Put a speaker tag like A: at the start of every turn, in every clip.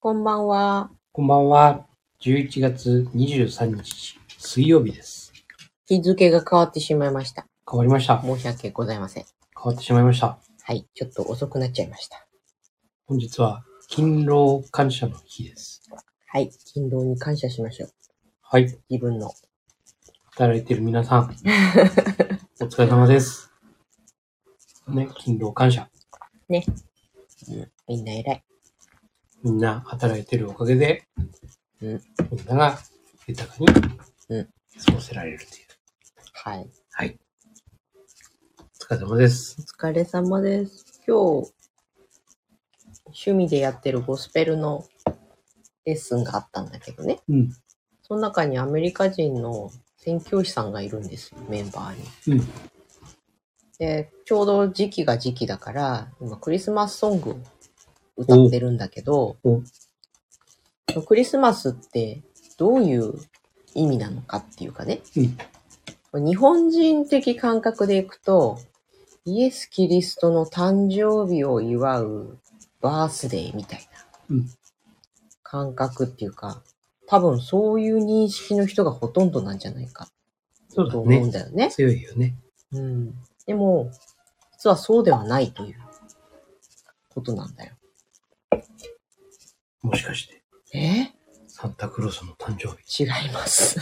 A: こんばんは。
B: こんばんは。11月23日、水曜日です。
A: 日付が変わってしまいました。
B: 変わりました。変
A: 申し訳ございません。
B: わってしまいました。
A: はい。ちょっと遅くなっちゃいました。
B: 本日は、勤労感謝の日です。
A: はい。勤労に感謝しましょう。
B: はい。
A: 自分の。
B: 働いてる皆さ ん。お疲れ様です。ね、勤労感謝。
A: みんな偉い。
B: みんな働いてるおかげで、
A: うん
B: みんなが豊かに
A: うん
B: 過ごせられるという。
A: はい。
B: はい。お疲れ様です
A: お。疲れ様です。今日、趣味でやってるゴスペルのレッスンがあったんだけどね。
B: うん。
A: その中にアメリカ人の宣教師さんがいるんですよ、メンバーに。
B: うん。
A: で、ちょうど時期が時期だから、今クリスマスソングを歌ってるんだけど
B: おお、
A: クリスマスってどういう意味なのかっていうかね、日本人的感覚でいくと、イエス・キリストの誕生日を祝うバースデーみたいな
B: うん
A: 感覚っていうか、多分そういう認識の人がほとんどなんじゃないか
B: そう
A: と
B: だ
A: 思うん
B: ね。
A: だよね。
B: 強いよね。
A: うん、でも、実はそうではないということなんだよ。
B: もしかして、
A: え
B: サンタクロースの誕生
A: 違
B: 日。
A: います。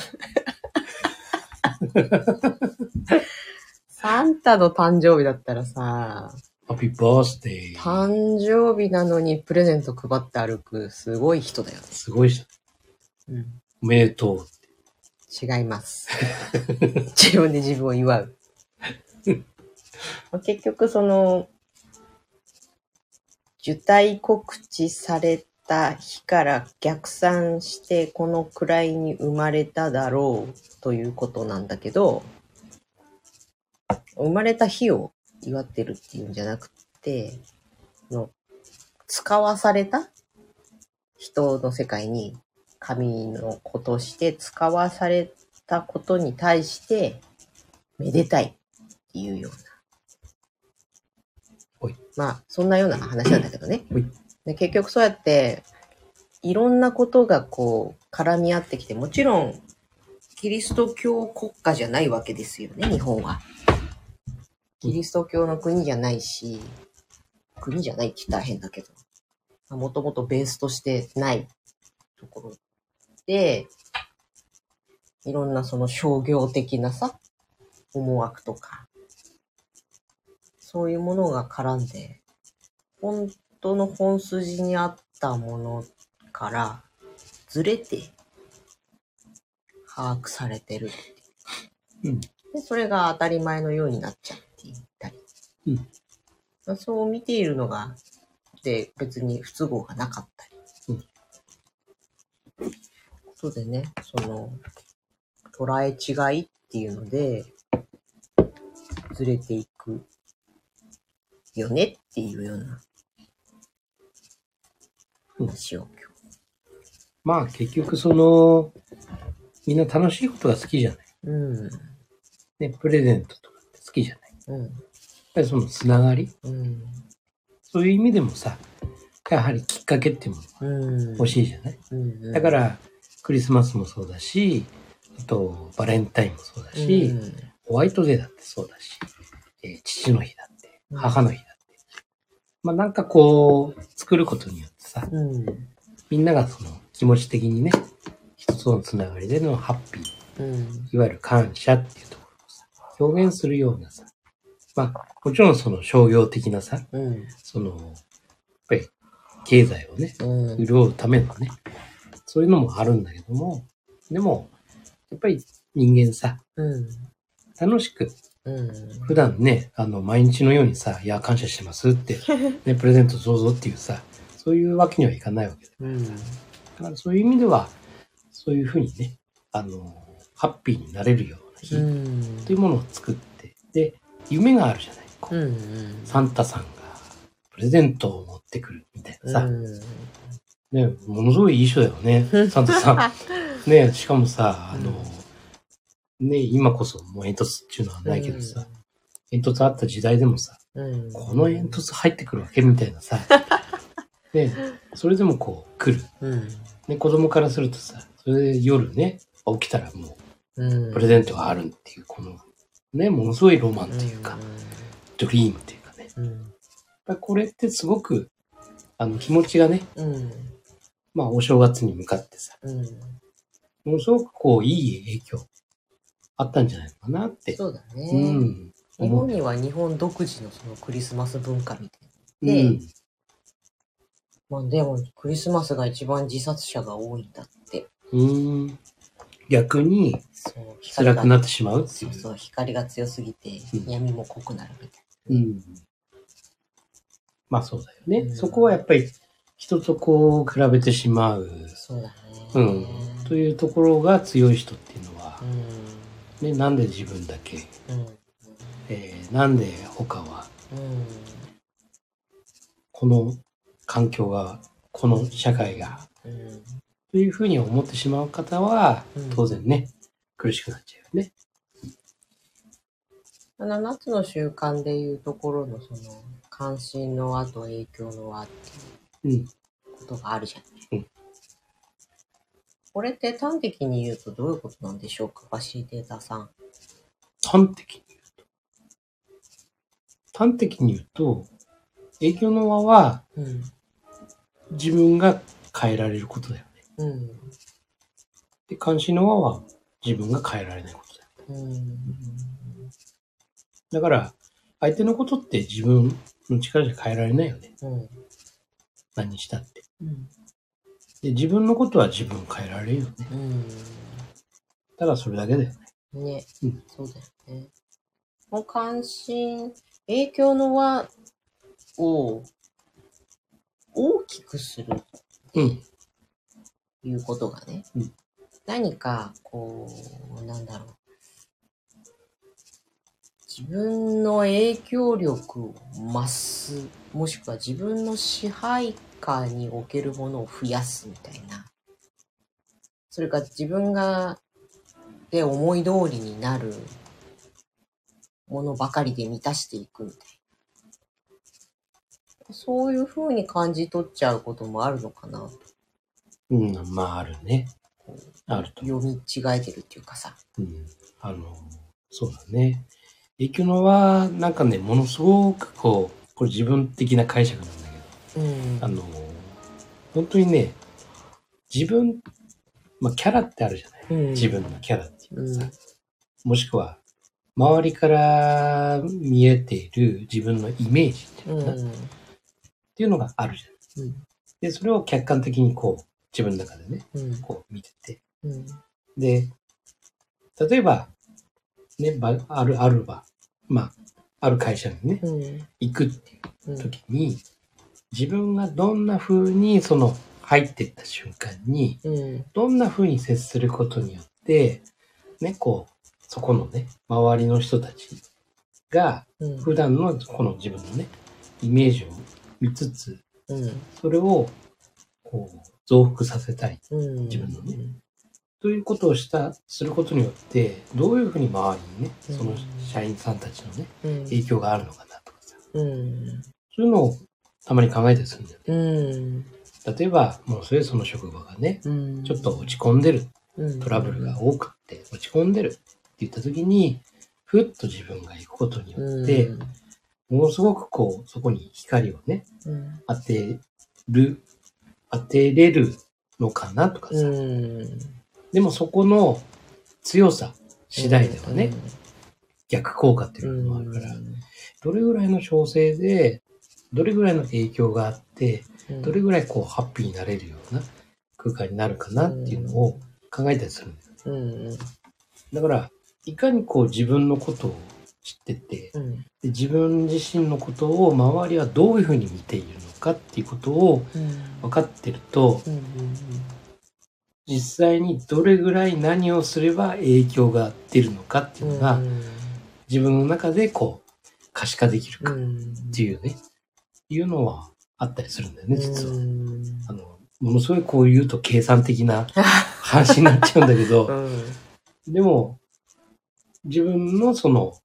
A: サンタの誕生日だったらさ、
B: ハッピーバースデー。
A: 誕生日なのにプレゼント配って歩くすごい人だよね。
B: すごい人。おめでとう。
A: 違います。 自分で自分を祝う。 結局その、受胎告知された日から逆算してこのくらいに生まれただろうということなんだけど、生まれた日を祝ってるっていうんじゃなくて、の使わされた人の世界に神の子として使わされたことに対して、めでたいっていうような。
B: ほい
A: まあ、そんなような話なんだけどね
B: ほい。
A: で結局そうやって、いろんなことがこう、絡み合ってきて、もちろん、キリスト教国家じゃないわけですよね、日本は。キリスト教の国じゃないし、国じゃないって言ったら変だけど、まあもともとベースとしてないところで、いろんなその商業的なさ、思惑とか、そういうものが絡んで、本当の本筋にあったものからずれて、把握されてるっていう
B: うん
A: で、それが当たり前のようになっちゃっていたり。
B: うん
A: まあそう見ているのが、で、別に不都合がなかったり。ことでね、その、捉え違いっていうので、ずれていくよねっていうような話を
B: まあ結局その、みんな楽しいことが好きじゃない。
A: 今日。
B: ね、プレゼントとかって好きじゃない。やっ
A: うん。
B: ぱりそのつながり、
A: うん。
B: そういう意味でもさ、やはりきっかけっていうもの
A: うん。
B: 欲しいじゃない。
A: うん。
B: だから、クリスマスもそうだし、あと、バレンタインもそうだ
A: うん、
B: し、ホワイトデーだってそうだし、えー父の日だって、
A: うん
B: 母の日だって。まあなんかこう、作ることによってさ、
A: うん。
B: みんながその気持ち的にね、一つのつながりでのハッピー、
A: うん。
B: いわゆる感謝っていうところをさ、表現するようなさ、まあ、もちろんその商業的なさ、
A: うん。
B: その、やっぱり経済をね、
A: うん。
B: 潤うためのね、そういうのもあるんだけども、でも、やっぱり人間さ、
A: うん。
B: 楽しく、
A: うん。
B: 普段ね、あの、毎日のようにさ、いや、感謝してますって、ね、プレゼントどうぞっていうさ、そういうわけにはいかないわけで。
A: うん。
B: だからそういう意味では、そういうふうにね、あの、ハッピーになれるような日
A: うん。うん
B: というものを作って、で、夢があるじゃない。こう
A: うん。
B: サンタさんがプレゼントを持ってくるみたいなさ、
A: うん。
B: ね、ものすごいいい人だよね、サンタさ ん。ね、しかもさ、あの、ね、今こそもう煙突っていうのはないけどさ、煙突あった時代でもさ、
A: うん。
B: この煙突入ってくるわけみたいなさ、ね、それでもこう、来る。
A: うん。
B: ね、子供からするとさ、それで夜ね、起きたらも
A: う。
B: うんプレゼントがあるっていう、この、ね、ものすごいロマンというか、ドリームというかね。
A: うん。
B: だからこれってすごく、あの、気持ちがね、
A: うん。
B: まあ、お正月に向かってさ、
A: うん。
B: ものすごくこう、いい影響、あったんじゃないのかなって。
A: そうだね。
B: うん。
A: 日
B: 思
A: 本
B: う
A: には日本独自のそのクリスマス文化みたいな。
B: う
A: で
B: ん。
A: まあでも、クリスマスが一番自殺者が多いんだって。
B: うん。逆に、
A: そう、光
B: 辛
A: が
B: くなってしまうってい。
A: そううそう、光が強すぎて
B: うん、
A: 闇も濃くなるみたい
B: うん。まあ、そうだよね。
A: うん
B: そこはやっぱり、人とこう、比べてしまう。
A: な。そうだね。
B: うん。というところが強い人っていうのは
A: う、ん。
B: ね、なんで自分だけ、
A: うん。
B: えーなんで他は、
A: うん。
B: この環境が、この社会が、
A: うん。
B: というふうに思ってしまう方は
A: うん、
B: 当然ね、苦しくなっちゃうよね。
A: 7つの習慣でいうところのその関心の輪と影響の輪って
B: うん。
A: いうことがあるじゃな
B: う
A: い、
B: ん
A: これって端的に言うとどういうことなんでしょうかバシーデータさん。
B: 端的に言うと。端的に言うと、影響の輪は
A: うん。
B: 自分が変えられることだよね。
A: うん。
B: で、関心の輪は自分が変えられないことだよ。
A: うん。
B: だから、相手のことって自分の力じゃ変えられないよね。
A: うん。
B: 何したって。
A: うん。
B: で、自分のことは自分変えられるよね。ただそれだけだよね。
A: ね、
B: うん
A: そうだよね。もう関心、影響の輪を大きくする
B: うん。
A: いうことがね、
B: うん
A: 何かこうなんだろう自分の影響力を増すもしくは自分の支配下におけるものを増やすみたいなそれから自分がで思い通りになるものばかりで満たしていくみたいなそういうふうに感じ取っちゃうこともあるのかなと
B: うん、まああるね。あると。
A: 読み違えてるっていうかさ。
B: うん。あの、そうだね。影響のは、なんかね、ものすごくこう、これ自分的な解釈なんだけ
A: うん
B: ど、あの、本当にね、自分、まあキャラってあるじゃない。自分のキャラっていうかさ、もしくは、周りから見えている自分のイメージっていうう,、
A: ん。
B: っ。ていうのがあるじゃない。
A: うん。
B: で、それを客観的にこう、自分の中でね、
A: うん。
B: こう見てて。
A: うん。
B: で、例えば、ね、ばある、あるば、まあ、ある会社にね、
A: うん。
B: 行くっていう時に、自分がどんな風に、その、入っていった瞬間に、
A: うん。
B: どんな風に接することによって、ね、こう、そこのね、周りの人たちが、
A: うん。
B: 普段のこの自分のね、イメージを見つつ、
A: うん。
B: それを、こう、増幅させたい。
A: うん。
B: 自分のね。ということをした、することによって、どういうふうに周りにね、
A: うん
B: その社員さんたちのね、
A: うん。
B: 影響があるのかなとかさ、
A: うん。
B: そういうのをたまに考えたりするんだよ
A: うん。
B: ね。例えば、もうそれその職場がね、
A: うん。
B: ちょっと落ち込んでる、
A: うん
B: トラブルが多くって落ち込んでるって言った時に、ふっと自分が行くことによって、ものすごくこう、そこに光をね、
A: うん。
B: 当てる、当てれるのかなとかさ、
A: うん。
B: でもそこの強さ次第ではね、逆効果って
A: う。
B: いうんのもあるから、どれぐらいの調整で、どれぐらいの影響があって、
A: うん。
B: どれぐらいこうハッピーになれるような空間になるかなっていうのを考えたりするんだ
A: う
B: よ。
A: ん。
B: だから、いかにこう自分のことを知ってて、
A: うん。
B: で自分自身のことを周りはどういうふうに見ているのかっていうことを
A: うん。
B: 分かってると、
A: うん。
B: 実際にどれぐらい何をすれば影響が出るのかっていうのが、自分の中でこう可視化できるかっていうね、いうのはあったりするんだよね、実は。あの、ものすごいこう言うと計算的な話になっちゃうんだけ ど、でも、自分のその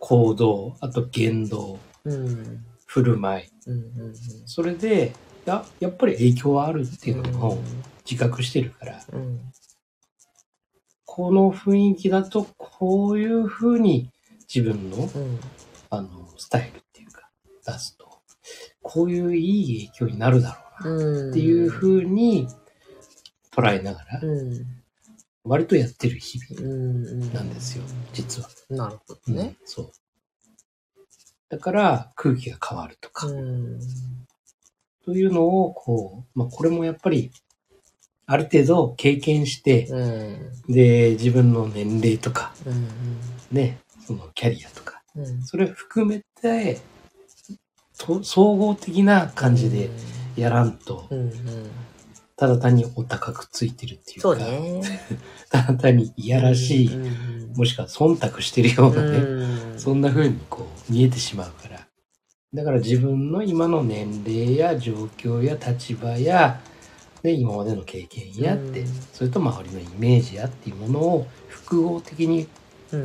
B: 行動、あと言動、
A: うん。
B: 振る舞い、
A: うん。
B: それでややっぱり影響はあるっていうの
A: う
B: を
A: ん
B: 自覚してるから、
A: うん
B: この雰囲気だとこういう風に自分の
A: うん
B: あのスタイルっていうか出すと、こういういい影響になるだろうな
A: うん
B: っていう風に捉えながら、
A: うん
B: 割とやってる日
A: う
B: 々
A: ん
B: なんですよ、実は。
A: なるほ
B: う
A: ど
B: ん
A: ね。
B: そう。だから空気が変わるとか、
A: うん
B: というのを、こう、まあ、これもやっぱり、ある程度経験して、
A: うん
B: で、自分の年齢とか、
A: うん
B: ね、そのキャリアとか、
A: うん
B: それを含めて、と総合的な感じでやらんと
A: う、んうん
B: ただ単にお高くついてるっていうか、
A: そうね。
B: ただ単にいやらしい、もしくは忖度してるようなね、
A: うん
B: そんな風にこう見えてしまうから。だから自分の今の年齢や状況や立場や、ね、今までの経験やって、
A: うん
B: それと周りのイメージやっていうものを複合的に
A: うん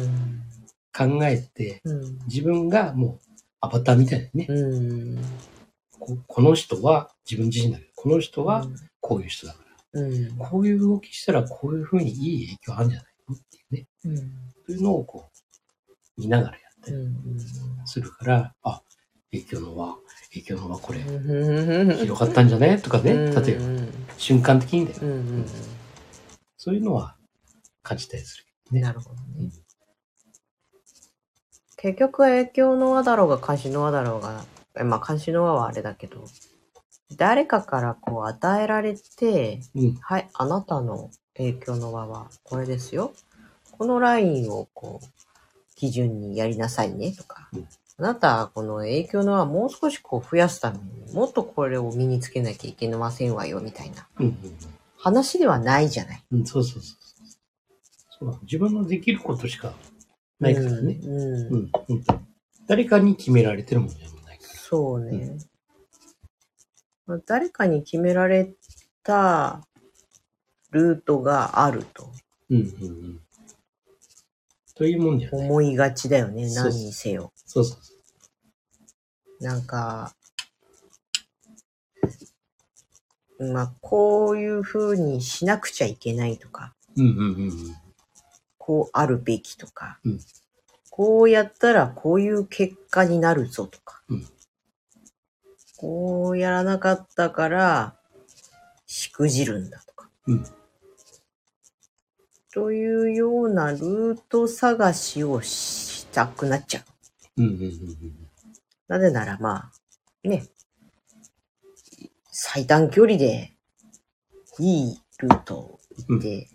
B: 考えて、
A: うん
B: 自分がもうアバターみたいにね、
A: うん
B: ここの人は自分自身だけど、この人はこういう人だから、
A: うん
B: こういう動きしたらこういう風にいい影響あるんじゃないのっていうね、
A: うん
B: そういうのをこう見ながらやった
A: う
B: り
A: ん
B: するから、あ、影響の輪、影響の輪これ、
A: うん
B: 広がったんじゃねとかね、
A: うん
B: 例え
A: う
B: ば
A: ん
B: 瞬間的にだよ。
A: うん
B: そういうのは感じたりする。
A: うんなるほどね。結局影響の輪だろうが関心の輪だろうがえまあ関心の輪はあれだけど誰かからこう与えられて
B: うん。
A: はい、あなたの影響の輪はこれですよ。このラインをこう、基準にやりなさいねとか、
B: うん
A: あなたはこの影響の輪をもう少しこう増やすためにもっとこれを身につけなきゃいけませんわよみたいな
B: うん、
A: 話ではないじゃない。
B: うん。うん、そうそうそうそうなの。自分のできることしかないからね。
A: うん。うん
B: うん、うん。誰かに決められてるもんじゃないから。
A: そうね。まあ誰かに決められたルートがあると
B: うん、うん、うん。というもんじゃない。
A: 思いがちだよね、
B: そう
A: 何にせよ。
B: そうそうそ
A: なんか、まあ、こういう風にしなくちゃいけないとか、
B: う。うん、うん、うんうん。
A: こうあるべきとか、
B: うん
A: こうやったらこういう結果になるぞとか、
B: うん
A: こうやらなかったから、しくじるんだとか、
B: うん
A: というようなルート探しをしたくなっちゃう。
B: うん、うん、うん
A: なぜならまあ、ね、最短距離でいいルートを行って、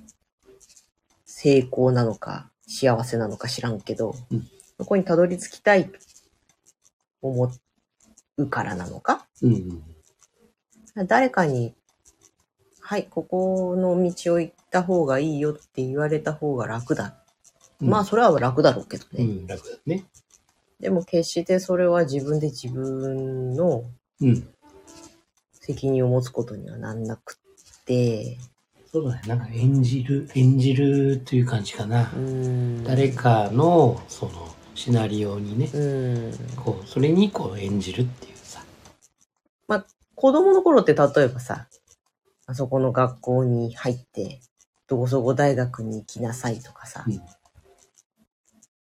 A: 成功なのか幸せなのか知らんけど、
B: うん
A: そこにたどり着きたいと思うからなのか
B: うん。うん、うん。
A: 誰かに、はい、ここの道を行った方がいいよって言われた方が楽だ。
B: うん
A: まあ、それは楽だろうけどね。
B: うん、楽だね。
A: でも決してそれは自分で自分の
B: うん。
A: 責任を持つことにはなんなくって、
B: そうだね。なんか演じる、演じるという感じかな。
A: うん
B: 誰、かの、その、シナリオにね、
A: うん、
B: こう、それにこう演じるっていうさ。
A: 子供の頃って例えばさ、あそこの学校に入って、どこそこ大学に行きなさいとかさ、
B: うん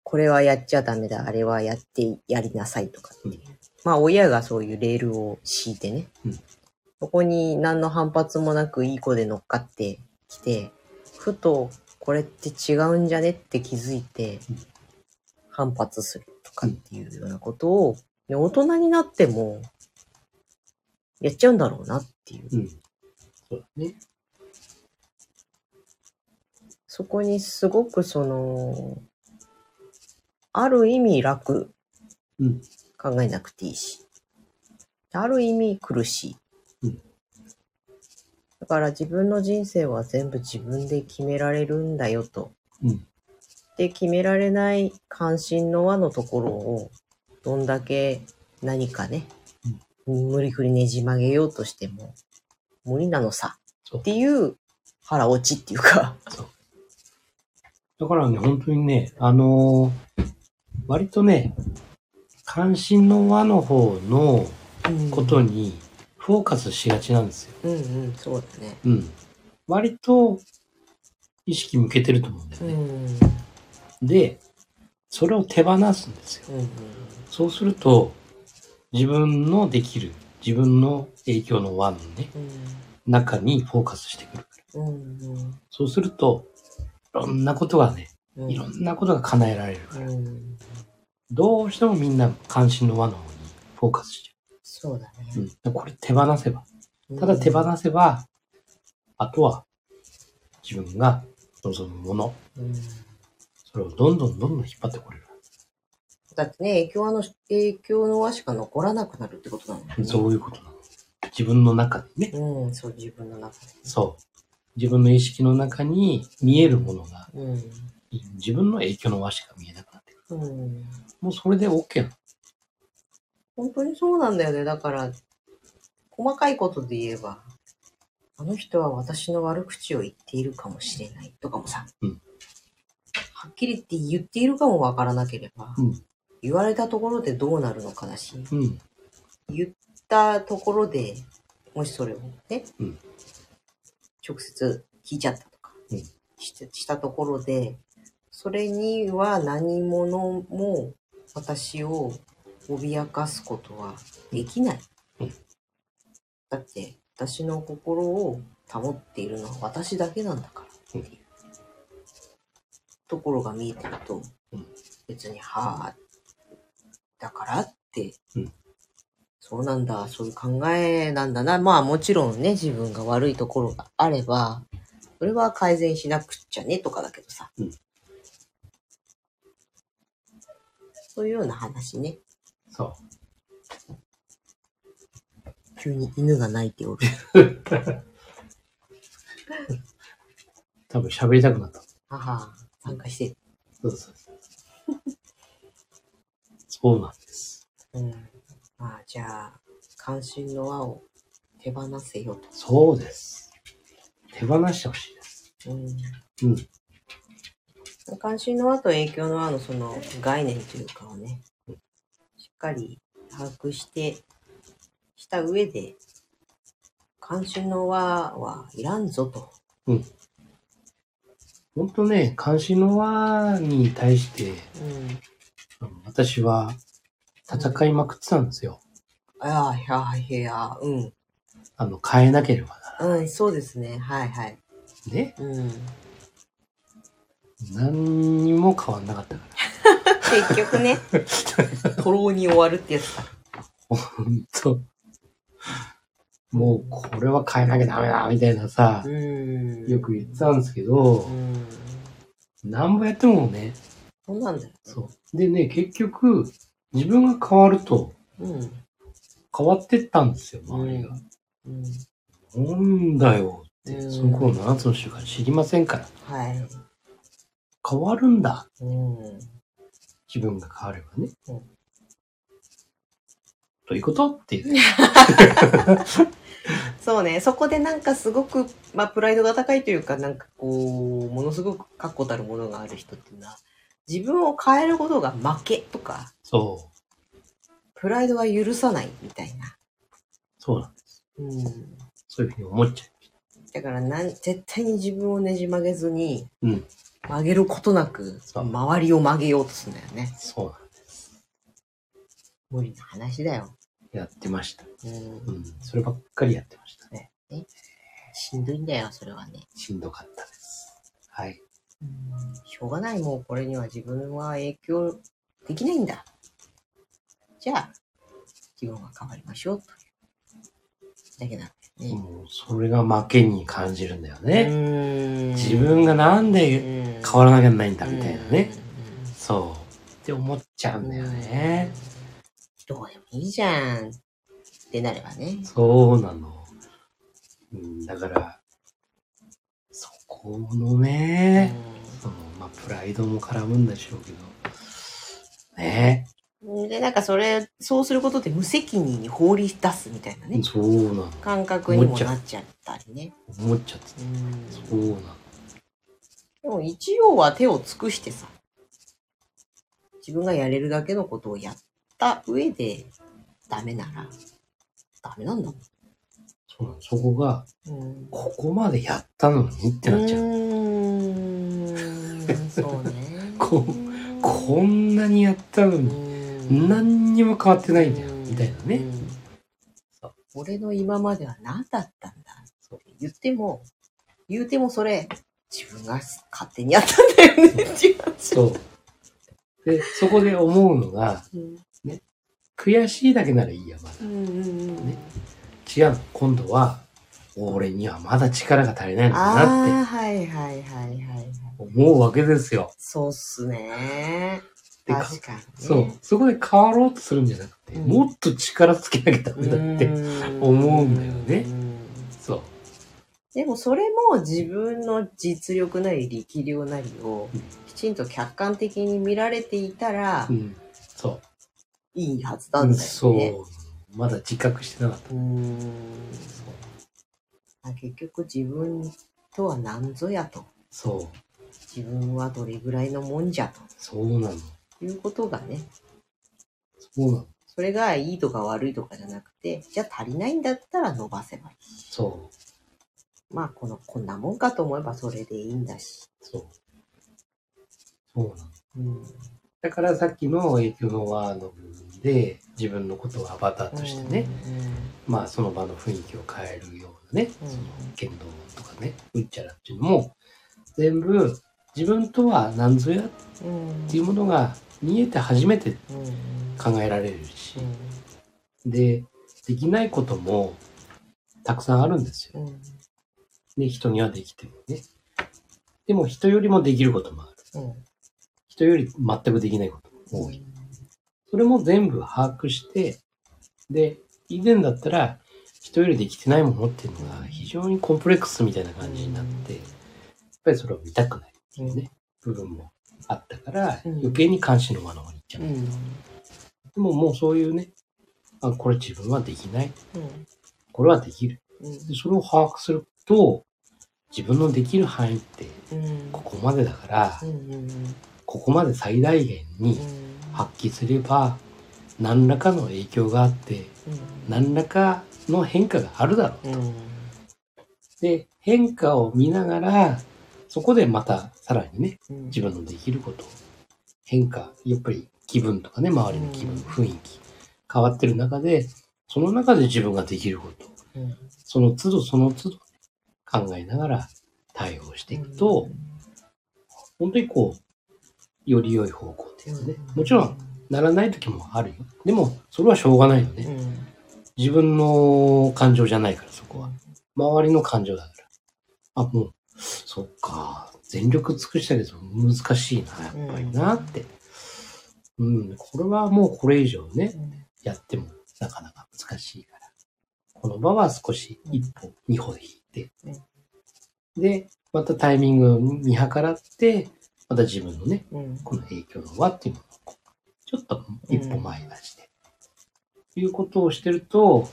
A: これはやっちゃダメだ、あれはやってやりなさいとかっていう。
B: うん
A: まあ親がそういうレールを敷いてね、
B: うん
A: そこに何の反発もなくいい子で乗っかってきて、ふとこれって違うんじゃねって気づいて
B: うん、
A: 反発するとかっていうようなことを、ね大人になってもやっちゃうんだろうなっていう。
B: うん。そうだね。
A: そこにすごくその、ある意味楽。
B: うん。
A: 考えなくていいし。ある意味苦しい。
B: うん
A: だから自分の人生は全部自分で決められるんだよと。
B: うん。
A: で、決められない関心の輪のところを、どんだけ何かね、無理くりねじ曲げようとしても、無理なのさ。
B: そう
A: っていう腹落ちっていうか。
B: だからね、本当にね、あのー割とね、関心の輪の方のことにフォーカスしがちなんですよ。
A: うんうん、そうだね。
B: うん。割と意識向けてると思うんだよ
A: うん
B: ね。
A: うん
B: で、それを手放すんですよ。
A: うん
B: そうすると、自分のできる、自分の影響の輪のね、中にフォーカスしてくるから。
A: うんうん
B: そうすると、いろんなことがね、
A: うん
B: いろんなことが叶えられるから。
A: うん
B: どうしてもみんな関心の輪の方にフォーカスしちゃ
A: そうだ
B: う。う
A: ね。
B: ん、だからこれ手放せば。ただ手放せば、あとは自分が望むもの、
A: うん
B: それをどんどんどんどん引っ張ってこれる。
A: だってね、影響の、影響の輪しか残らなくなるってことなのね。
B: そういうことなの。自分の中にね、
A: うん、そう、自分の中で。
B: そう。自分の意識の中に見えるものが、
A: うん。
B: 自分の影響の輪しか見えなくなってくる。
A: うん。
B: もうそれで OK なの。
A: 本当にそうなんだよね。だから、細かいことで言えば、あの人は私の悪口を言っているかもしれないとかもさ、
B: うん
A: はっきり言って言っているかもわからなければ、言われたところでどうなるのかだし、
B: うん。うん。
A: 言ったところでもしそれをね、
B: うん
A: 直接聞いちゃったとか、
B: うん
A: してしたところでそれには何者も私を脅かすことはできない、
B: うん
A: だって私の心を保っているのは私だけなんだからっていう、ところが見えてると、
B: うん
A: 別にはあだからってそうなんだ、そういう考えなんだな。まあもちろんね、自分が悪いところがあれば、それは改善しなくっちゃねとかだけどさ。
B: うん
A: そういうような話ね。
B: そう。
A: 急に犬が鳴いておる。
B: 多分喋りたくなった。
A: 母、参加して。
B: そうそうそう。そうなんです。
A: うん。まあじゃあ、関心の輪を手放せよ
B: そうです。手放してほしいです。
A: と。うん。
B: うん。
A: 関心の輪と影響の輪のその概念というかをね、しっかり把握して、した上で、関心の輪はいらんぞと。
B: ほんとね、関心の輪に対して、
A: うん。
B: あの私は戦いまくってたんですよ。
A: ああ、いやあ、いや、うん。
B: あの、変えなければなら
A: うん、そうですね。はいはい。
B: ない。ね。
A: うん。
B: 何にも変わんなかったから。
A: 結局 ね、とろうに終わるってやつだ。
B: ほんと。もう、これは変えなきゃダメだ、みたいなさ、
A: うん。
B: よく言ってたんですけ
A: う
B: ど、
A: ん。
B: なんぼやってもね、
A: そうなんだよ。
B: そう。でね、結局、自分が変わると、
A: うん。
B: 変わってったんですよ、周りが。
A: うん。
B: なんだよって、
A: うん
B: その頃7つの習慣知りませんから。
A: はい。
B: 変わるんだ。
A: うん。
B: 自分が変わればね。
A: うん
B: どういうことっていう。
A: そうね、そこでなんかすごく、まあ、プライドが高いというか、なんかこう、ものすごく確固たるものがある人っていうのは、自分を変えることが負けとか、
B: そう。
A: プライドは許さないみたいな。
B: そうなんです。
A: うん。
B: そういうふうに思っちゃ
A: だからなん、絶対に自分をねじ曲げずに、
B: う。うん。
A: 曲げることなく、
B: そう
A: 周りを曲げようとするんだよね。
B: そうなんです。
A: 無理な話だよ。
B: やってました。
A: うん。
B: うん。そればっかりやってましたね。
A: しんどいんだよ、それはね。
B: しんどかったです。はい。
A: しょうがない、もうこれには自分は影響できないんだ。じゃあ、自分は変わりましょうという。だけなんですね。
B: もう、それが負けに感じるんだよね。
A: うん
B: 自分がなんで
A: 変
B: 変わらなきゃいけないんだ、みたいなね。。そう。って思っちゃう
A: うんん
B: だよね。。
A: どうでもいいじゃん。ってなればね。
B: そうなの。うん、だから、そこのね、そのまあ、プライドも絡むんでしょうけど、ね、
A: うんで、なんかそれ、そうすることで無責任に放り出すみたいなね。
B: そうなの。
A: 感覚にもなっちゃったりね。
B: 思っちゃってた。
A: うん
B: そうなの。
A: でも一応は手を尽くしてさ、自分がやれるだけのことをやった上で、ダメなら、ダメなんだもん。
B: そうなのそこが、
A: うん
B: ここまでやったのにってなっちゃう。
A: うーんそうね
B: ここんなにやったのに、
A: ん
B: 何にも変わってないんだよ、
A: うん
B: みたいなね。
A: うんそう俺の今までは何だったんだそう言っても言うてもそれ自分が勝手にやったんだよねっていう話
B: そう。で、そこで思うのが、
A: うん
B: 悔しいだけならいいや、まだ。
A: うんうんうん
B: ね違うの今度は、俺にはまだ力が足りないのかなって
A: ああはいはいはいはい
B: 思うわけですよ。
A: そうっすね
B: でか
A: 確かにね
B: そう。そこで変わろうとするんじゃなくて、
A: うん
B: もっと力つけなきゃダメだって。思うんだよね
A: うん
B: そう。
A: でもそれも自分の実力なり力量なりを
B: うん
A: きちんと客観的に見られていたら
B: うん。そう。
A: いいはずなんだよね。
B: そう。まだ自覚してなかった。
A: うーんあ結局自分とは何ぞやと
B: そう。
A: 自分はどれぐらいのもんじゃ
B: そうなの。
A: ということがね
B: そうなの。
A: それがいいとか悪いとかじゃなくてじゃあ足りないんだったら伸ばせばいい
B: そう。
A: まあこのこんなもんかと思えばそれでいいんだし、
B: そう。そうなの。
A: うん、
B: だからさっきの影響の輪の部分で、自分のことをアバターとしてね、まあその場の雰囲気を変えるようなね、
A: うん
B: その剣道とかね、うんちゃらっていうのも、全部自分とは何ぞやっ
A: うん、うん
B: ていうものが見えて初めて
A: うん
B: 考えられるし
A: う、ん
B: で、できないこともたくさんあるんですよ。
A: うん
B: ね、人にはできてもね。でも人よりもできることもある。
A: うん
B: 人より全くできないことも多い。それも全部把握して、で、以前だったら人よりできてないものっていうのが非常にコンプレックスみたいな感じになって、やっぱりそれを見たくないっていうね、部分もあったから、
A: うん
B: 余計に監視の輪の方に行っちゃう。
A: うん
B: でももうそういうね、あ、これ自分はできない。
A: うん
B: これはできる。
A: うん
B: でそれを把握すると、自分のできる範囲って
A: うん
B: ここまでだから、
A: うんうん
B: ここまで最大限に発揮すれば、何らかの影響があって、何らかの変化があるだろう。
A: うん
B: で、変化を見ながら、そこでまたさらにね、
A: うん
B: 自分のできること、変化、やっぱり気分とかね、周りの気分、
A: うん
B: 雰囲気、変わってる中で、その中で自分ができること、
A: うん
B: その都度その都度考えながら対応していくと、本当にこう、より良い方向っていうかね、もちろん、ならない時もあるよ。でも、それはしょうがないよね。
A: うん
B: 自分の感情じゃないから、そこは。周りの感情だから。あ、もう、そっか。全力尽くしたけど、難しいな、やっぱりなって。うん、これはもうこれ以上ね、やってもなかなか難しいから。この場は少し一歩、二歩で引いて。で、またタイミングを見計らって、また自分のね、
A: うん
B: この影響の輪っていうのをこう、ちょっと一歩前に出して、いうことをしてると、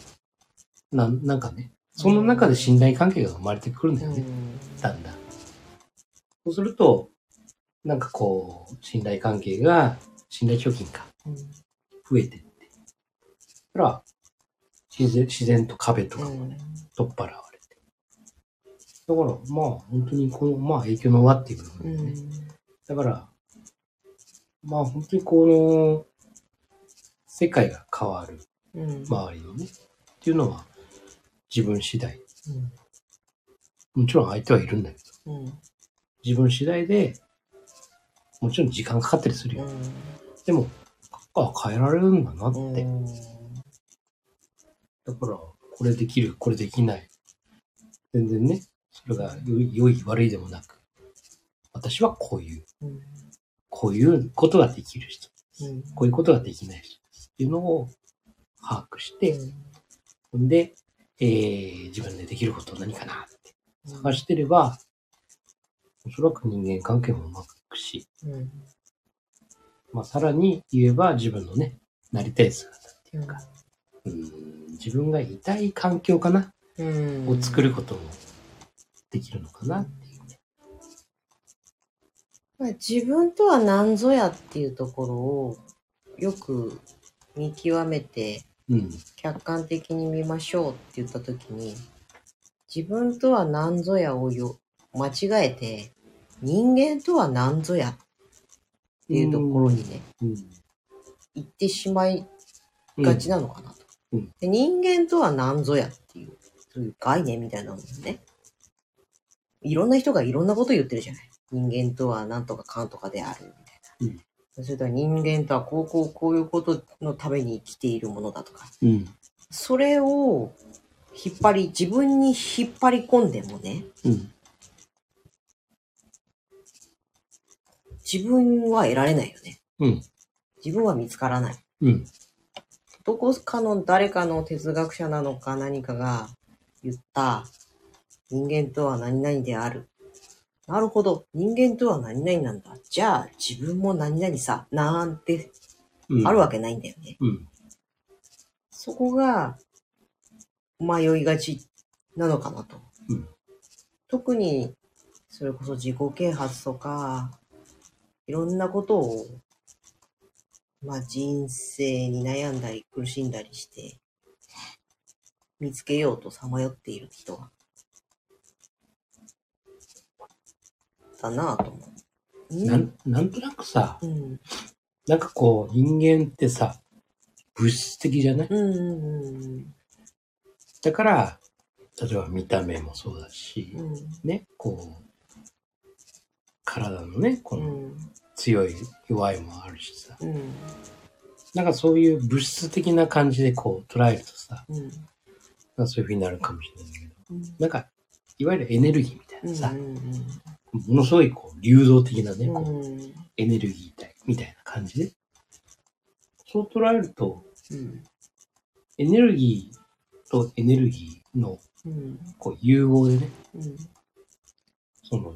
B: なんなんかね、その中で信頼関係が生まれてくるんだよね、だんだん。そうすると、なんかこう、信頼関係が、信頼貯金が増えてって。そしたら、自然自然と壁とかもね、取っ払われて。だから、まあ、本当にこの、まあ、影響の輪っていう部分だよね。だから、まあ本当にこの、世界が変わる、周りのね、っていうのは自分次第。もちろん相手はいるんだけど、自分次第で、もちろん時間かかったりするよ。でも、あ、変えられるんだなって。だから、これできる、これできない。全然ね、それが良い良い、悪いでもなく、私はこういう、こういうことができる人、こういうことができない人っていうのを把握して、で、えー自分でできること何かなって探してれば、おそらく人間関係もうまくいくし、まあ、さらに言えば自分のね、なりたい姿っていうか、うん、自分がいたい環境かな、を作ることもできるのかなっていうね。
A: まあ自分とは何ぞやっていうところをよく見極めて
B: うん、
A: 客観的に見ましょうって言った時に自分とは何ぞやをよ間違えて、人間とは何ぞやっていうところにね、
B: うん。
A: 行ってしまいがちなのかなと。
B: うんうん
A: で人間とは何ぞやっていう、そういう概念みたいなもんね。いろんな人がいろんなこと言ってるじゃない。人間とは何とかかんとかであるみたいな。それとは人間とはこうこうこういうことのために生きているものだとか。
B: うん。
A: それを引っ張り、自分に引っ張り込んでもね、
B: うん。
A: 自分は得られないよね。
B: うん。
A: 自分は見つからない。
B: うん。
A: どこかの誰かの哲学者なのか何かが言った人間とは何々である。なるほど。人間とは何々なんだ。じゃあ自分も何々さ、なんて
B: うん。
A: あるわけないんだよね。
B: うん。
A: そこが迷いがちなのかなと。
B: うん
A: 特にそれこそ自己啓発とかいろんなことを、まあ、人生に悩んだり苦しんだりして見つけようとさまよっている人はだなぁと思う。うん
B: なん、なんとなくさ、
A: うん
B: なんかこう、人間ってさ、物質的じゃない
A: うんうん
B: だから、例えば見た目もそうだし
A: うんう、ん
B: ね、こう、体のね、こ
A: う
B: の
A: ん
B: 強い弱いもあるしさ、
A: うん
B: なんかそういう物質的な感じでこう捉えるとさ、
A: うん
B: なんかそういう風になるかもしれないんだけど、
A: うん
B: なんか、いわゆるエネルギーみたいなさ
A: う、んうん
B: ものすごいこう流動的なね、
A: う
B: こうんエネルギー体みたいな感じで、そう捉えると、
A: うん
B: エネルギーとエネルギーの
A: うん
B: こう融合でね、
A: うん
B: その、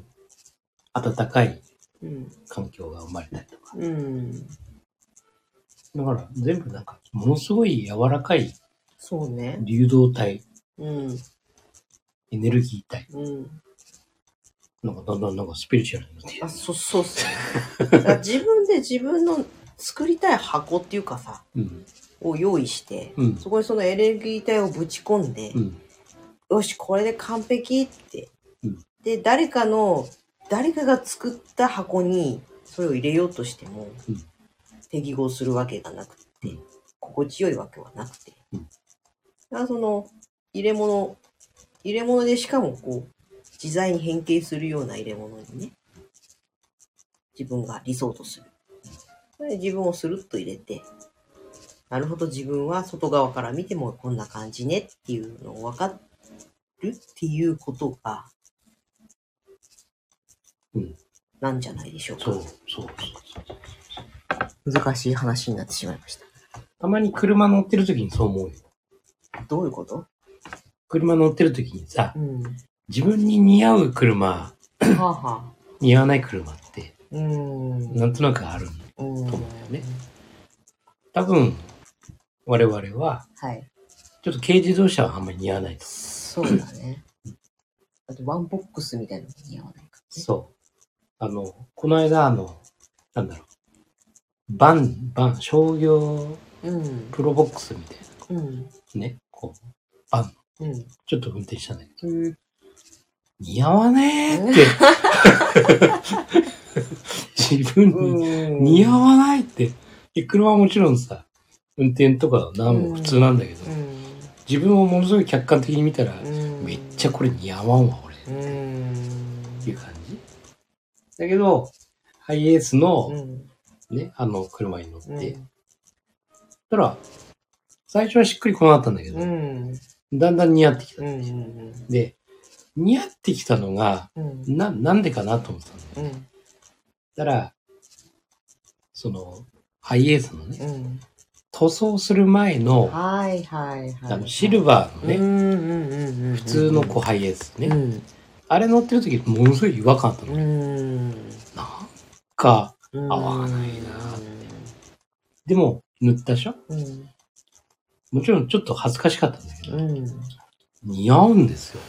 B: 暖かい
A: うん
B: 環境が生まれたりとか。
A: うん
B: だから全部なんか、ものすごい柔らかい
A: そうね。
B: 流動体、
A: うん
B: エネルギー体、
A: うん。
B: なんかだんだんなんかスピリチュアルになって
A: あ、そ、そうっすね。だから自分で自分の作りたい箱っていうかさ、
B: うん。
A: を用意して、
B: うん。
A: そこにそのエネルギー体をぶち込んで、
B: うん。
A: よし、これで完璧って。
B: うん
A: で、誰かの、誰かが作った箱にそれを入れようとしても、
B: うん
A: 適合するわけがなくて、
B: うん
A: 心地よいわけはなくて。
B: うん
A: だからその、入れ物、入れ物でしかもこう、自在に変形するような入れ物にね、自分が理想とする。それで自分をスルッと入れて、なるほど自分は外側から見てもこんな感じねっていうのを分かっるっていうことが、
B: うん
A: なんじゃないでしょう
B: そう、
A: か。
B: そう、そう。
A: 難しい話になってしまいました。
B: たまに車乗ってる時にそう思うよ。
A: どういうこと
B: 車乗ってる時にさ、
A: うん。は
B: 自分に似合う車、
A: あはあ。
B: 似合わない車って、
A: うーん。
B: なんとなくある。
A: うーん
B: と思うんだよね多分、我々は、
A: はい。
B: ちょっと軽自動車はあんまり似合わないと。
A: そうだね。あと、ワンボックスみたいなのに似合わないか
B: そう。あの、この間、あの、なんだろう。バン、バン、商業
A: らね。うん。
B: プロボックスみたい
A: うん。
B: な。ね。こう、
A: うん。
B: ちょっと運転したんだけど、
A: うん
B: 似合わね えって。自分に似合わないって。で車はもちろんさ、運転とかなんも普通なんだけど、
A: う
B: 自分をものすごい客観的に見たら、
A: ん。
B: めっちゃこれ似合わんわ、俺。
A: うーん
B: っていう感じ。だけど、ハイエース
A: う
B: の
A: ん。
B: ね、あの車に乗って、
A: うん。
B: たら、最初はしっくりこなかったんだけど、
A: うん。
B: だんだん似合ってきた。
A: うん。うん
B: で、似合ってきたのが、
A: うん。
B: な、なんでかなと思ってたんだよ。
A: うん。
B: たら、その、ハイエースのね、
A: うん。
B: 塗装する前の、
A: はいはいはい。
B: あの、シルバーの
A: う
B: ね、
A: んうんうんうんうん。
B: 普通のこうハイエース
A: う
B: ね、
A: ん。
B: あれ乗ってる時ものすごい違和感あったの。
A: う
B: なん
A: ん。
B: か、
A: 合
B: わないなーっでも、塗ったでしょ
A: うん。
B: もちろんちょっと恥ずかしかったんだけ
A: う
B: ど、
A: ん。
B: 似合うんですよ。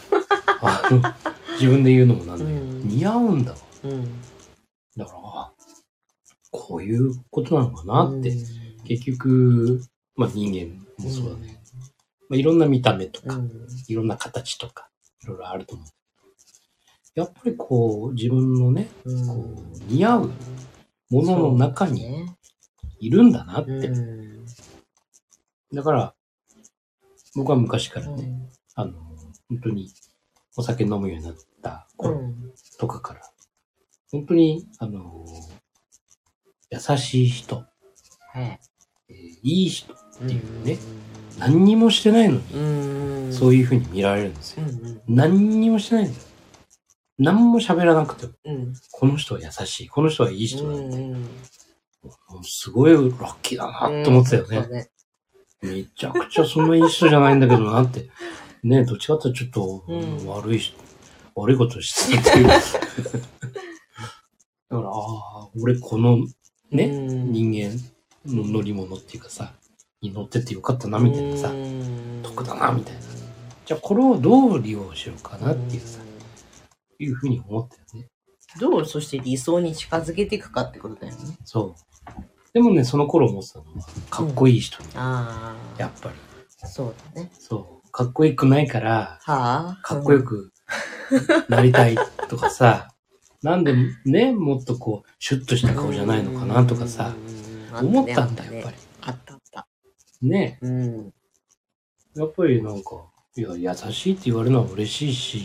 B: あの、自分で言うのもなんだけど、
A: うん
B: 似合うんだわ。
A: うん。
B: だから、あこういうことなのかなって。
A: うん
B: 結局、まあ人間もそうだね。まあいろんな見た目とか、いろんな形とか、いろいろあると思う。やっぱりこう、自分のね、
A: うん
B: こう、似合うものの中に
A: ね。
B: いるんだなって。
A: うん
B: だから、僕は昔から
A: う
B: ね、
A: ん
B: あの、本当にお酒飲むようになった頃
A: うん
B: とかから、本当に、あの、優しい人、
A: はい。
B: えーいい人、ていうね
A: うん。
B: 何にもしてないのに、
A: うん。
B: そういう風に見られるんです
A: う
B: よ。
A: ん
B: 何にもしてないんですよ。何も喋らなくても、
A: うん。
B: この人は優しい、この人はいい人だ、
A: うんうん
B: もうすごいラッキーだなって思ってたよ
A: うんそう
B: ね。めちゃくちゃそんないい人じゃないんだけど なって。ねどっちかっていうとちょっと、
A: うん
B: 悪いし、悪いことしてた っていう。だから、ああ、俺このね、
A: うん
B: 人間の乗り物っていうかさ、に乗っててよかったなみたいなさ、
A: うん
B: 得だなみたいな。じゃあこれをどう利用しようかなっていうさ、
A: ん
B: いうふうに思ったよね。
A: どうそして理想に近づけていくかってことだよね。
B: そう。でもね、その頃思ってたのは、かっこいい人に、
A: ああ。
B: やっぱり。
A: そうだね。
B: そう。かっこよくないから、
A: はあ。
B: かっこよ
A: く。
B: くなりたいとかさ、 なんでね、もっとこう、シュッとした顔じゃないのかなとかさ、
A: うん、
B: 思ったんだ、やっぱ
A: り。
B: り。
A: あったあった。
B: ね。
A: うん。
B: やっぱりなんか、いや、優しいって言われるのは嬉しいし、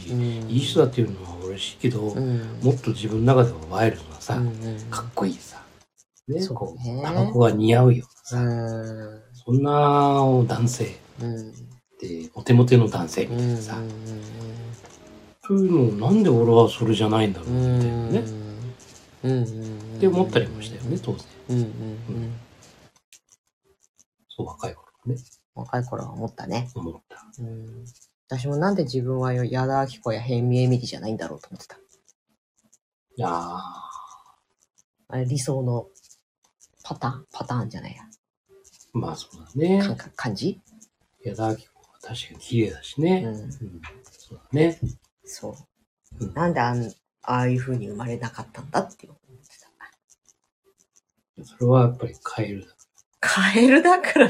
B: いい人だ
A: だ
B: っていうのは嬉しいけど、も
A: うん。
B: っと自分の中ではワイルドなさ、
A: うんうん
B: かっこいいさ、ね、
A: そう
B: こ
A: ね
B: う、タバコが似合うよう
A: う
B: なさ、
A: ん。
B: そんな男性
A: うん。
B: で、モテモテの男性みたいなさ、そういうのをなんで俺はそれじゃないんだろう
A: う
B: み
A: ん
B: たいなね。
A: うん。
B: って思ったりもしたよね、当然。
A: うんうんうん。
B: そう、若い頃はね、
A: 若い頃は思ったね。
B: 思った。
A: うん。私もなんで自分は矢田亜希子や平見恵美里じゃないんだろうと思ってた。
B: いやー
A: あれ理想のパターン、パターンじゃないや。
B: まあそうだね。
A: 感覚、感じ
B: 矢田亜希子は確かに綺麗だし
A: う
B: ね。
A: ん。
B: うん。そうだね。
A: そうう。
B: ん
A: なんであんああいう風に生まれなかったんだって思ってた。
B: それはやっぱりカエルだ。
A: カエルだから、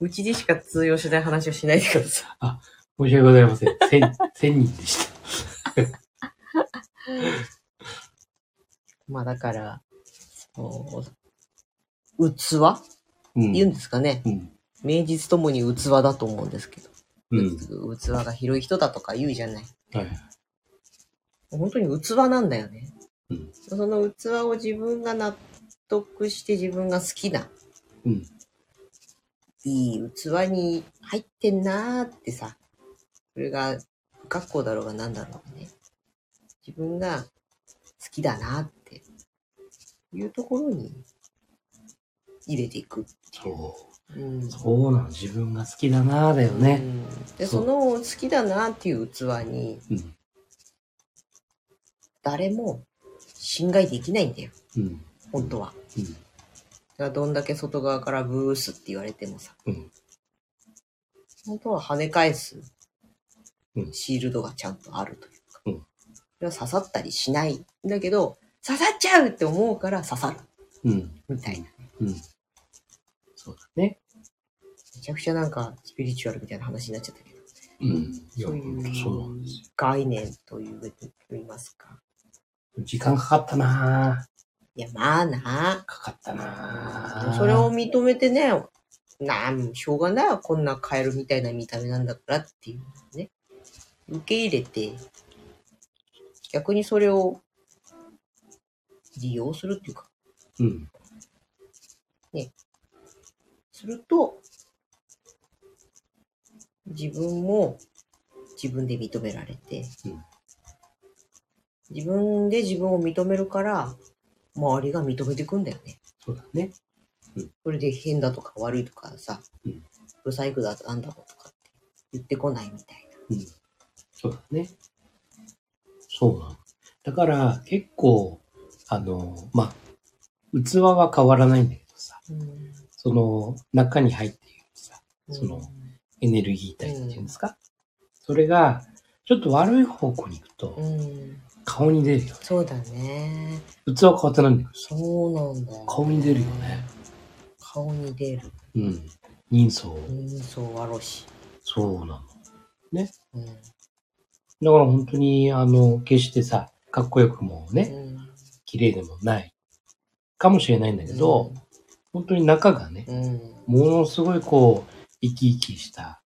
A: うちでしか通用しない話をしないでください。
B: 申し訳ございません。 千、千人でした。
A: まあだから、そう、器
B: うん。
A: 言うんですかね。
B: うん。
A: 名実ともに器だと思うんですけど。
B: うん。
A: う器が広い人だとか言うじゃない。
B: はい。
A: 本当に器なんだよね。
B: うん
A: その器を自分が納得して自分が好きな、
B: うん。
A: いい器に入ってんなーってさ、それが不格好だろうが何だろうがね。自分が好きだなーっていうところに入れていく。
B: そ
A: うん
B: う。そうなの。自分が好きだなーだよね。
A: うんでそ
B: そ
A: うの好きだなっていう器に
B: うん。
A: 誰も侵害できないんだよ
B: うん。
A: 本当は。
B: うん。
A: だからどんだけ外側からブースって言われてもさ、
B: うん
A: 本当は跳ね返す
B: うん
A: シールドがちゃんとあるというか、
B: うん
A: それは刺さったりしないんだけど刺さっちゃうって思うから刺さる
B: うん。
A: みたいな
B: うん。そうだね。
A: めちゃくちゃなんかスピリチュアルみたいな話になっちゃったけど
B: うん。い
A: そ
B: や、
A: う
B: ほ
A: い
B: んとそうなんですよ
A: う概念というべきといいますか
B: 時間かかったない
A: やまあな
B: ぁ。かかったなぁ。
A: それを認めてね、なん、しょうがないわ、こんなカエルみたいな見た目なんだからっていうのをね。受け入れて、逆にそれを利用するっていうか、
B: うん。
A: すると、自分も自分で認められて、
B: うん
A: 自分で自分を認めるから、周りが認めてくんだよね。
B: そうだね。
A: それで変だとか悪いとかさ、
B: うん
A: 不細工だなんだろうとかって言ってこないみたい
B: うん。そうだね。そうなの。だから、結構、あの、まあ、器は変わらないんだけどさ、
A: な。
B: その中に入っているさ、
A: うん
B: そのエネルギー体っていうんですか、それが、ちょっと悪い方向に行く
A: う
B: と、
A: ん、
B: 顔に出るよね。
A: そうだね。
B: 器は変わってないんだけどさ、
A: そうなんだよ、
B: 顔に出るよね。
A: 顔に出る。
B: うん。人相。
A: 人相わろし。
B: そうなの。
A: うん。
B: だから本当に、あの、決してさ、かっこよくもね、綺麗でもないかもしれないんだけど、本当に中がね、
A: うんうん
B: ものすごいこう、生き生きした、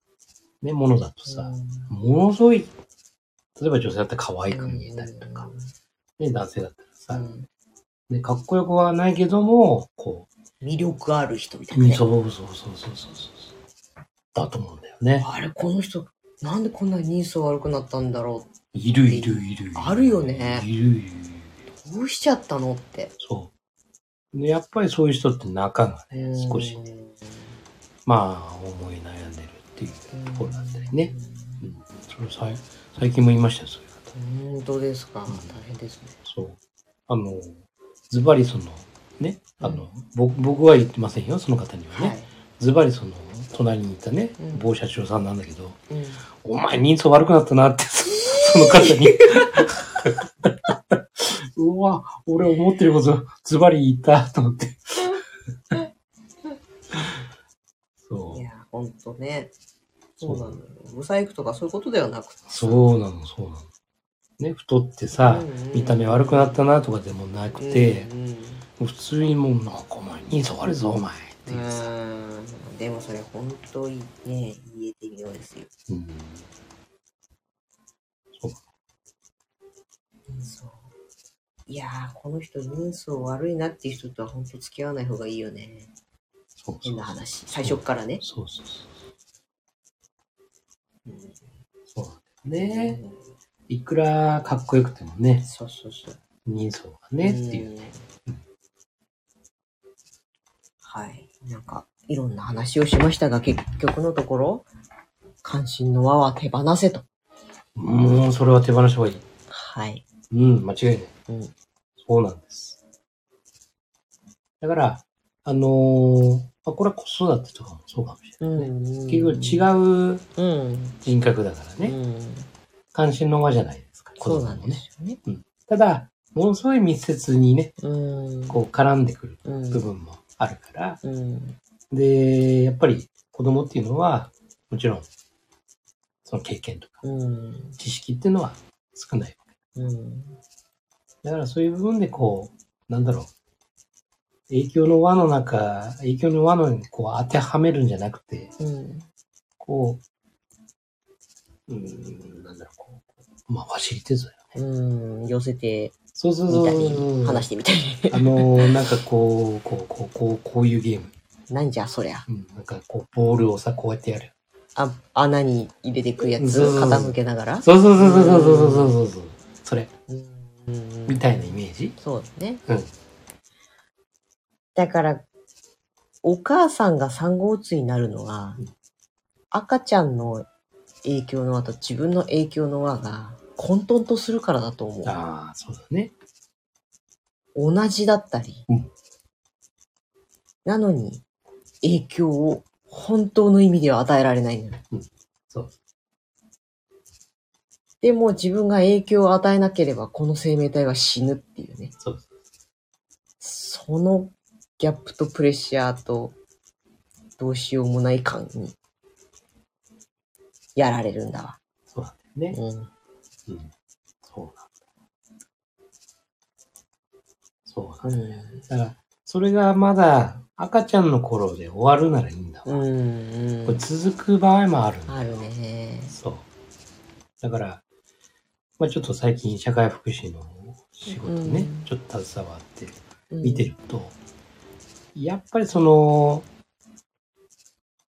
B: ね、ものだとさ、ものすごい、例えば女性だったら可愛く見えたりとか、ね、男性だったら
A: う
B: さ、
A: ん
B: ね、かっこよくはないけども、こ、
A: 魅力ある人みたいうな、
B: うん
A: ね
B: そうそうそうそうそうそう。だと思うんだよね。
A: あれこの人なんでこんなに人相悪くなったんだろ
B: いるいるいるいる。
A: あるよね
B: いるいるいる。
A: うどうしちゃったのって
B: そう。で、やっぱりそういう人って中がね、
A: うん
B: 少し、まあ、思い悩んでるっていうところだったりね。うん。それさい最近も言いましたよ、そういう方。
A: うん本当ですか大変ですね
B: そう。あの、ズバリその、ね、あ
A: うん
B: の、僕僕は言ってませんよ、その方にはね。
A: はい
B: ズバリその、隣にいたね
A: うん、
B: 某社長さんなんだけど、
A: うん
B: お前人相悪くなったなって、そ その方に。 うわ、俺思ってることズバリ言ったと思って。そ。
A: いうや本当ねそうなのよブサイクとかそういうことではなくて
B: そうなの、そうなの。ね、太ってさ、
A: うんうん
B: 見た目悪くなったなとかでもなくて、
A: うんうん
B: もう普通にもう、なんかお前人相悪いぞ、お前っていうさ。
A: うんでもそれ本当にね言えてるようですよ
B: うん
A: そういやーこの人人相悪いなっていう人とは本当付き合わない方がいいよね
B: そうそ
A: 変
B: う
A: な話最初っからね
B: そうそうそう
A: うん
B: そうなんだよね。
A: うん
B: いくらかっこよくてもね、
A: そうそうそう
B: 人相がね、っていう。
A: んはいなんかいろんな話をしましたが結局のところ関心の輪は手放せと
B: もうそれは手放した方がいい。
A: はい、
B: うん、間違いない。
A: うん、
B: そうなんです。だから、あのーまあ、これは子育てとかもそうかもしれないね。結局違う
A: うん
B: 人格だから
A: う
B: ね、
A: ん、
B: 関心の輪じゃないですか、子
A: そう
B: 供
A: な
B: も
A: んで
B: ね。
A: すよね
B: ただ、ものすごい密接にね、
A: うん
B: こう絡んでくる
A: う
B: 部
A: ん
B: 分もあるから、
A: うん
B: で、やっぱり子供っていうのは、もちろん、その経験とか
A: うん
B: 知識っていうのは少ない。
A: うん
B: だからそういう部分でこう、なんだろう。影響の輪の中、影響の輪のにこう当てはめるんじゃなくて、
A: うん
B: こう、うーん、なんだろう、こう、まあ、ファシリテーズだよ。
A: うん、寄せて
B: そうそう
A: み
B: そう
A: た
B: そう。
A: り、話してみたり。
B: あのー、なんかこう、こう、こう、こう、こういうゲーム。
A: なんじゃそりゃ。
B: うん、なんかこう、ボールをさ、こうやってやる。
A: あ、穴に入れてくやつ
B: そうそうそう
A: 傾けながら。
B: そうそうそうそうそうそうそうそうそう。それ、
A: うん
B: みたいなイメージ
A: そうですね。
B: うん。
A: だから、お母さんが産後うつになるのは
B: うん、
A: 赤ちゃんの影響の輪と自分の影響の輪が混沌とするからだと思う。
B: ああ、そうだね。
A: 同じだったり
B: うん。
A: なのに、影響を本当の意味では与えられないのよ。
B: そう。
A: でも自分が影響を与えなければこの生命体は死ぬっていうね。
B: そう。
A: そのギャップとプレッシャーとどうしようもない感にやられるんだわ。
B: そうなんだよね。
A: うん。
B: うん。そうなんだ。そうなんだ。
A: うん。
B: だから、それがまだ赤ちゃんの頃で終わるならいいんだわ。
A: うん、
B: これ続く場合もあるんだ。
A: あるね。
B: そう。だから、まあちょっと最近社会福祉の仕事ね、
A: うん
B: ちょっと携わって
A: うん
B: 見て。ると、やっぱりその、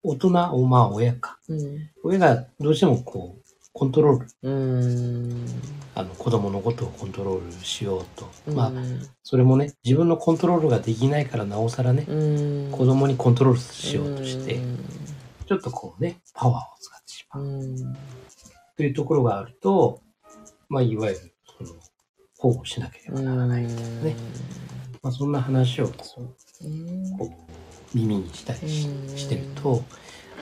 B: 大人、まあ親か。
A: うん。
B: 親がどうしてもこう、コントロール、
A: うん。
B: あの子供のことをコントロールしようと。まあ
A: う、ん
B: それもね、自分のコントロールができないからなおさらね、
A: うん。
B: 子供にコントロールしようとして、
A: うん
B: ちょっとこうね、パワーを使ってしまう
A: うん。
B: というところがあると、まあ、いわゆる、その、保護しなければならない。ねまあ、そんな話をこ
A: そうね
B: う、こう耳にしたりし
A: うん
B: してると、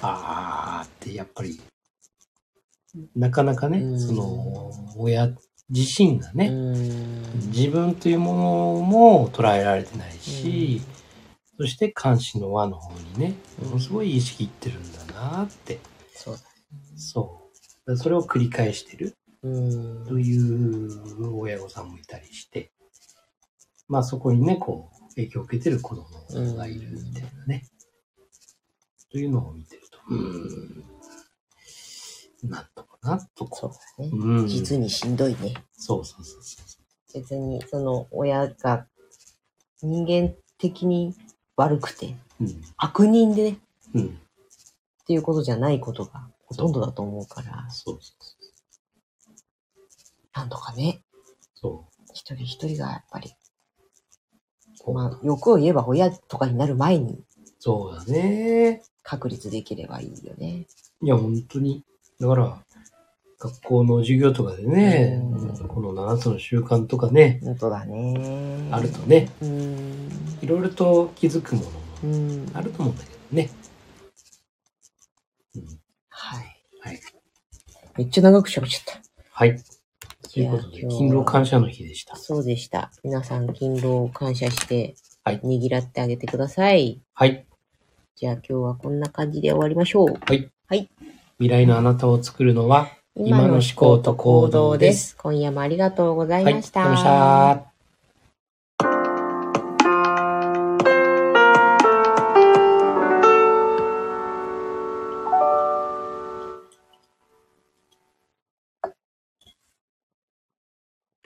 B: あーって、やっぱり、なかなか
A: う
B: ね、
A: ん
B: その、親自身がね、
A: うん。
B: 自分というものも捉えられてないし、そして監視の輪の方にね、ものすごい意識いってるんだなって、
A: そう
B: そう。だからそれを繰り返してる。
A: うん
B: という親御さんもいたりして、まあそこにね、こう、影響を受けてる子供がいるみたいなね。というのを見てると、うん。なんとかな、と
A: そう
B: こ
A: だね
B: う。。うん。
A: 実にしんどいね。
B: そうそうそうそう。
A: 別に、その、親が人間的に悪くて、
B: うん。
A: 悪人でね、
B: うん。
A: っていうことじゃないことがほとんどだと思うから、
B: そうそうそう。
A: なんとかね、
B: そ
A: 一人一人がやっぱり、
B: う。こう
A: まあ、欲を言えば親とかになる前に
B: そうだね。
A: 確立できればいいよね。
B: いや、本当に。だから、学校の授業とかでね、
A: うん
B: この7つの習慣とかね、
A: 本当だね。
B: あるとね、
A: うーん。
B: いろいろと気づくものも
A: うん。
B: あると思うんだけどね。うん、
A: はい。
B: はい。
A: めっちゃ長く喋っちゃっ
B: はい。
A: た。
B: ということで、
A: や今日は
B: 勤労感謝の日でした。
A: そうでした。皆さん勤労を感謝して、
B: はい
A: ねぎらってあげてください。
B: はい。
A: じゃあ今日はこんな感じで終わりましょう。
B: 未来のあなたを作るのは、今の思考と行動です。
A: 今夜もありがとうござ
B: はいい。あり
A: ま
B: が
A: し
B: と
A: た。
B: うございました。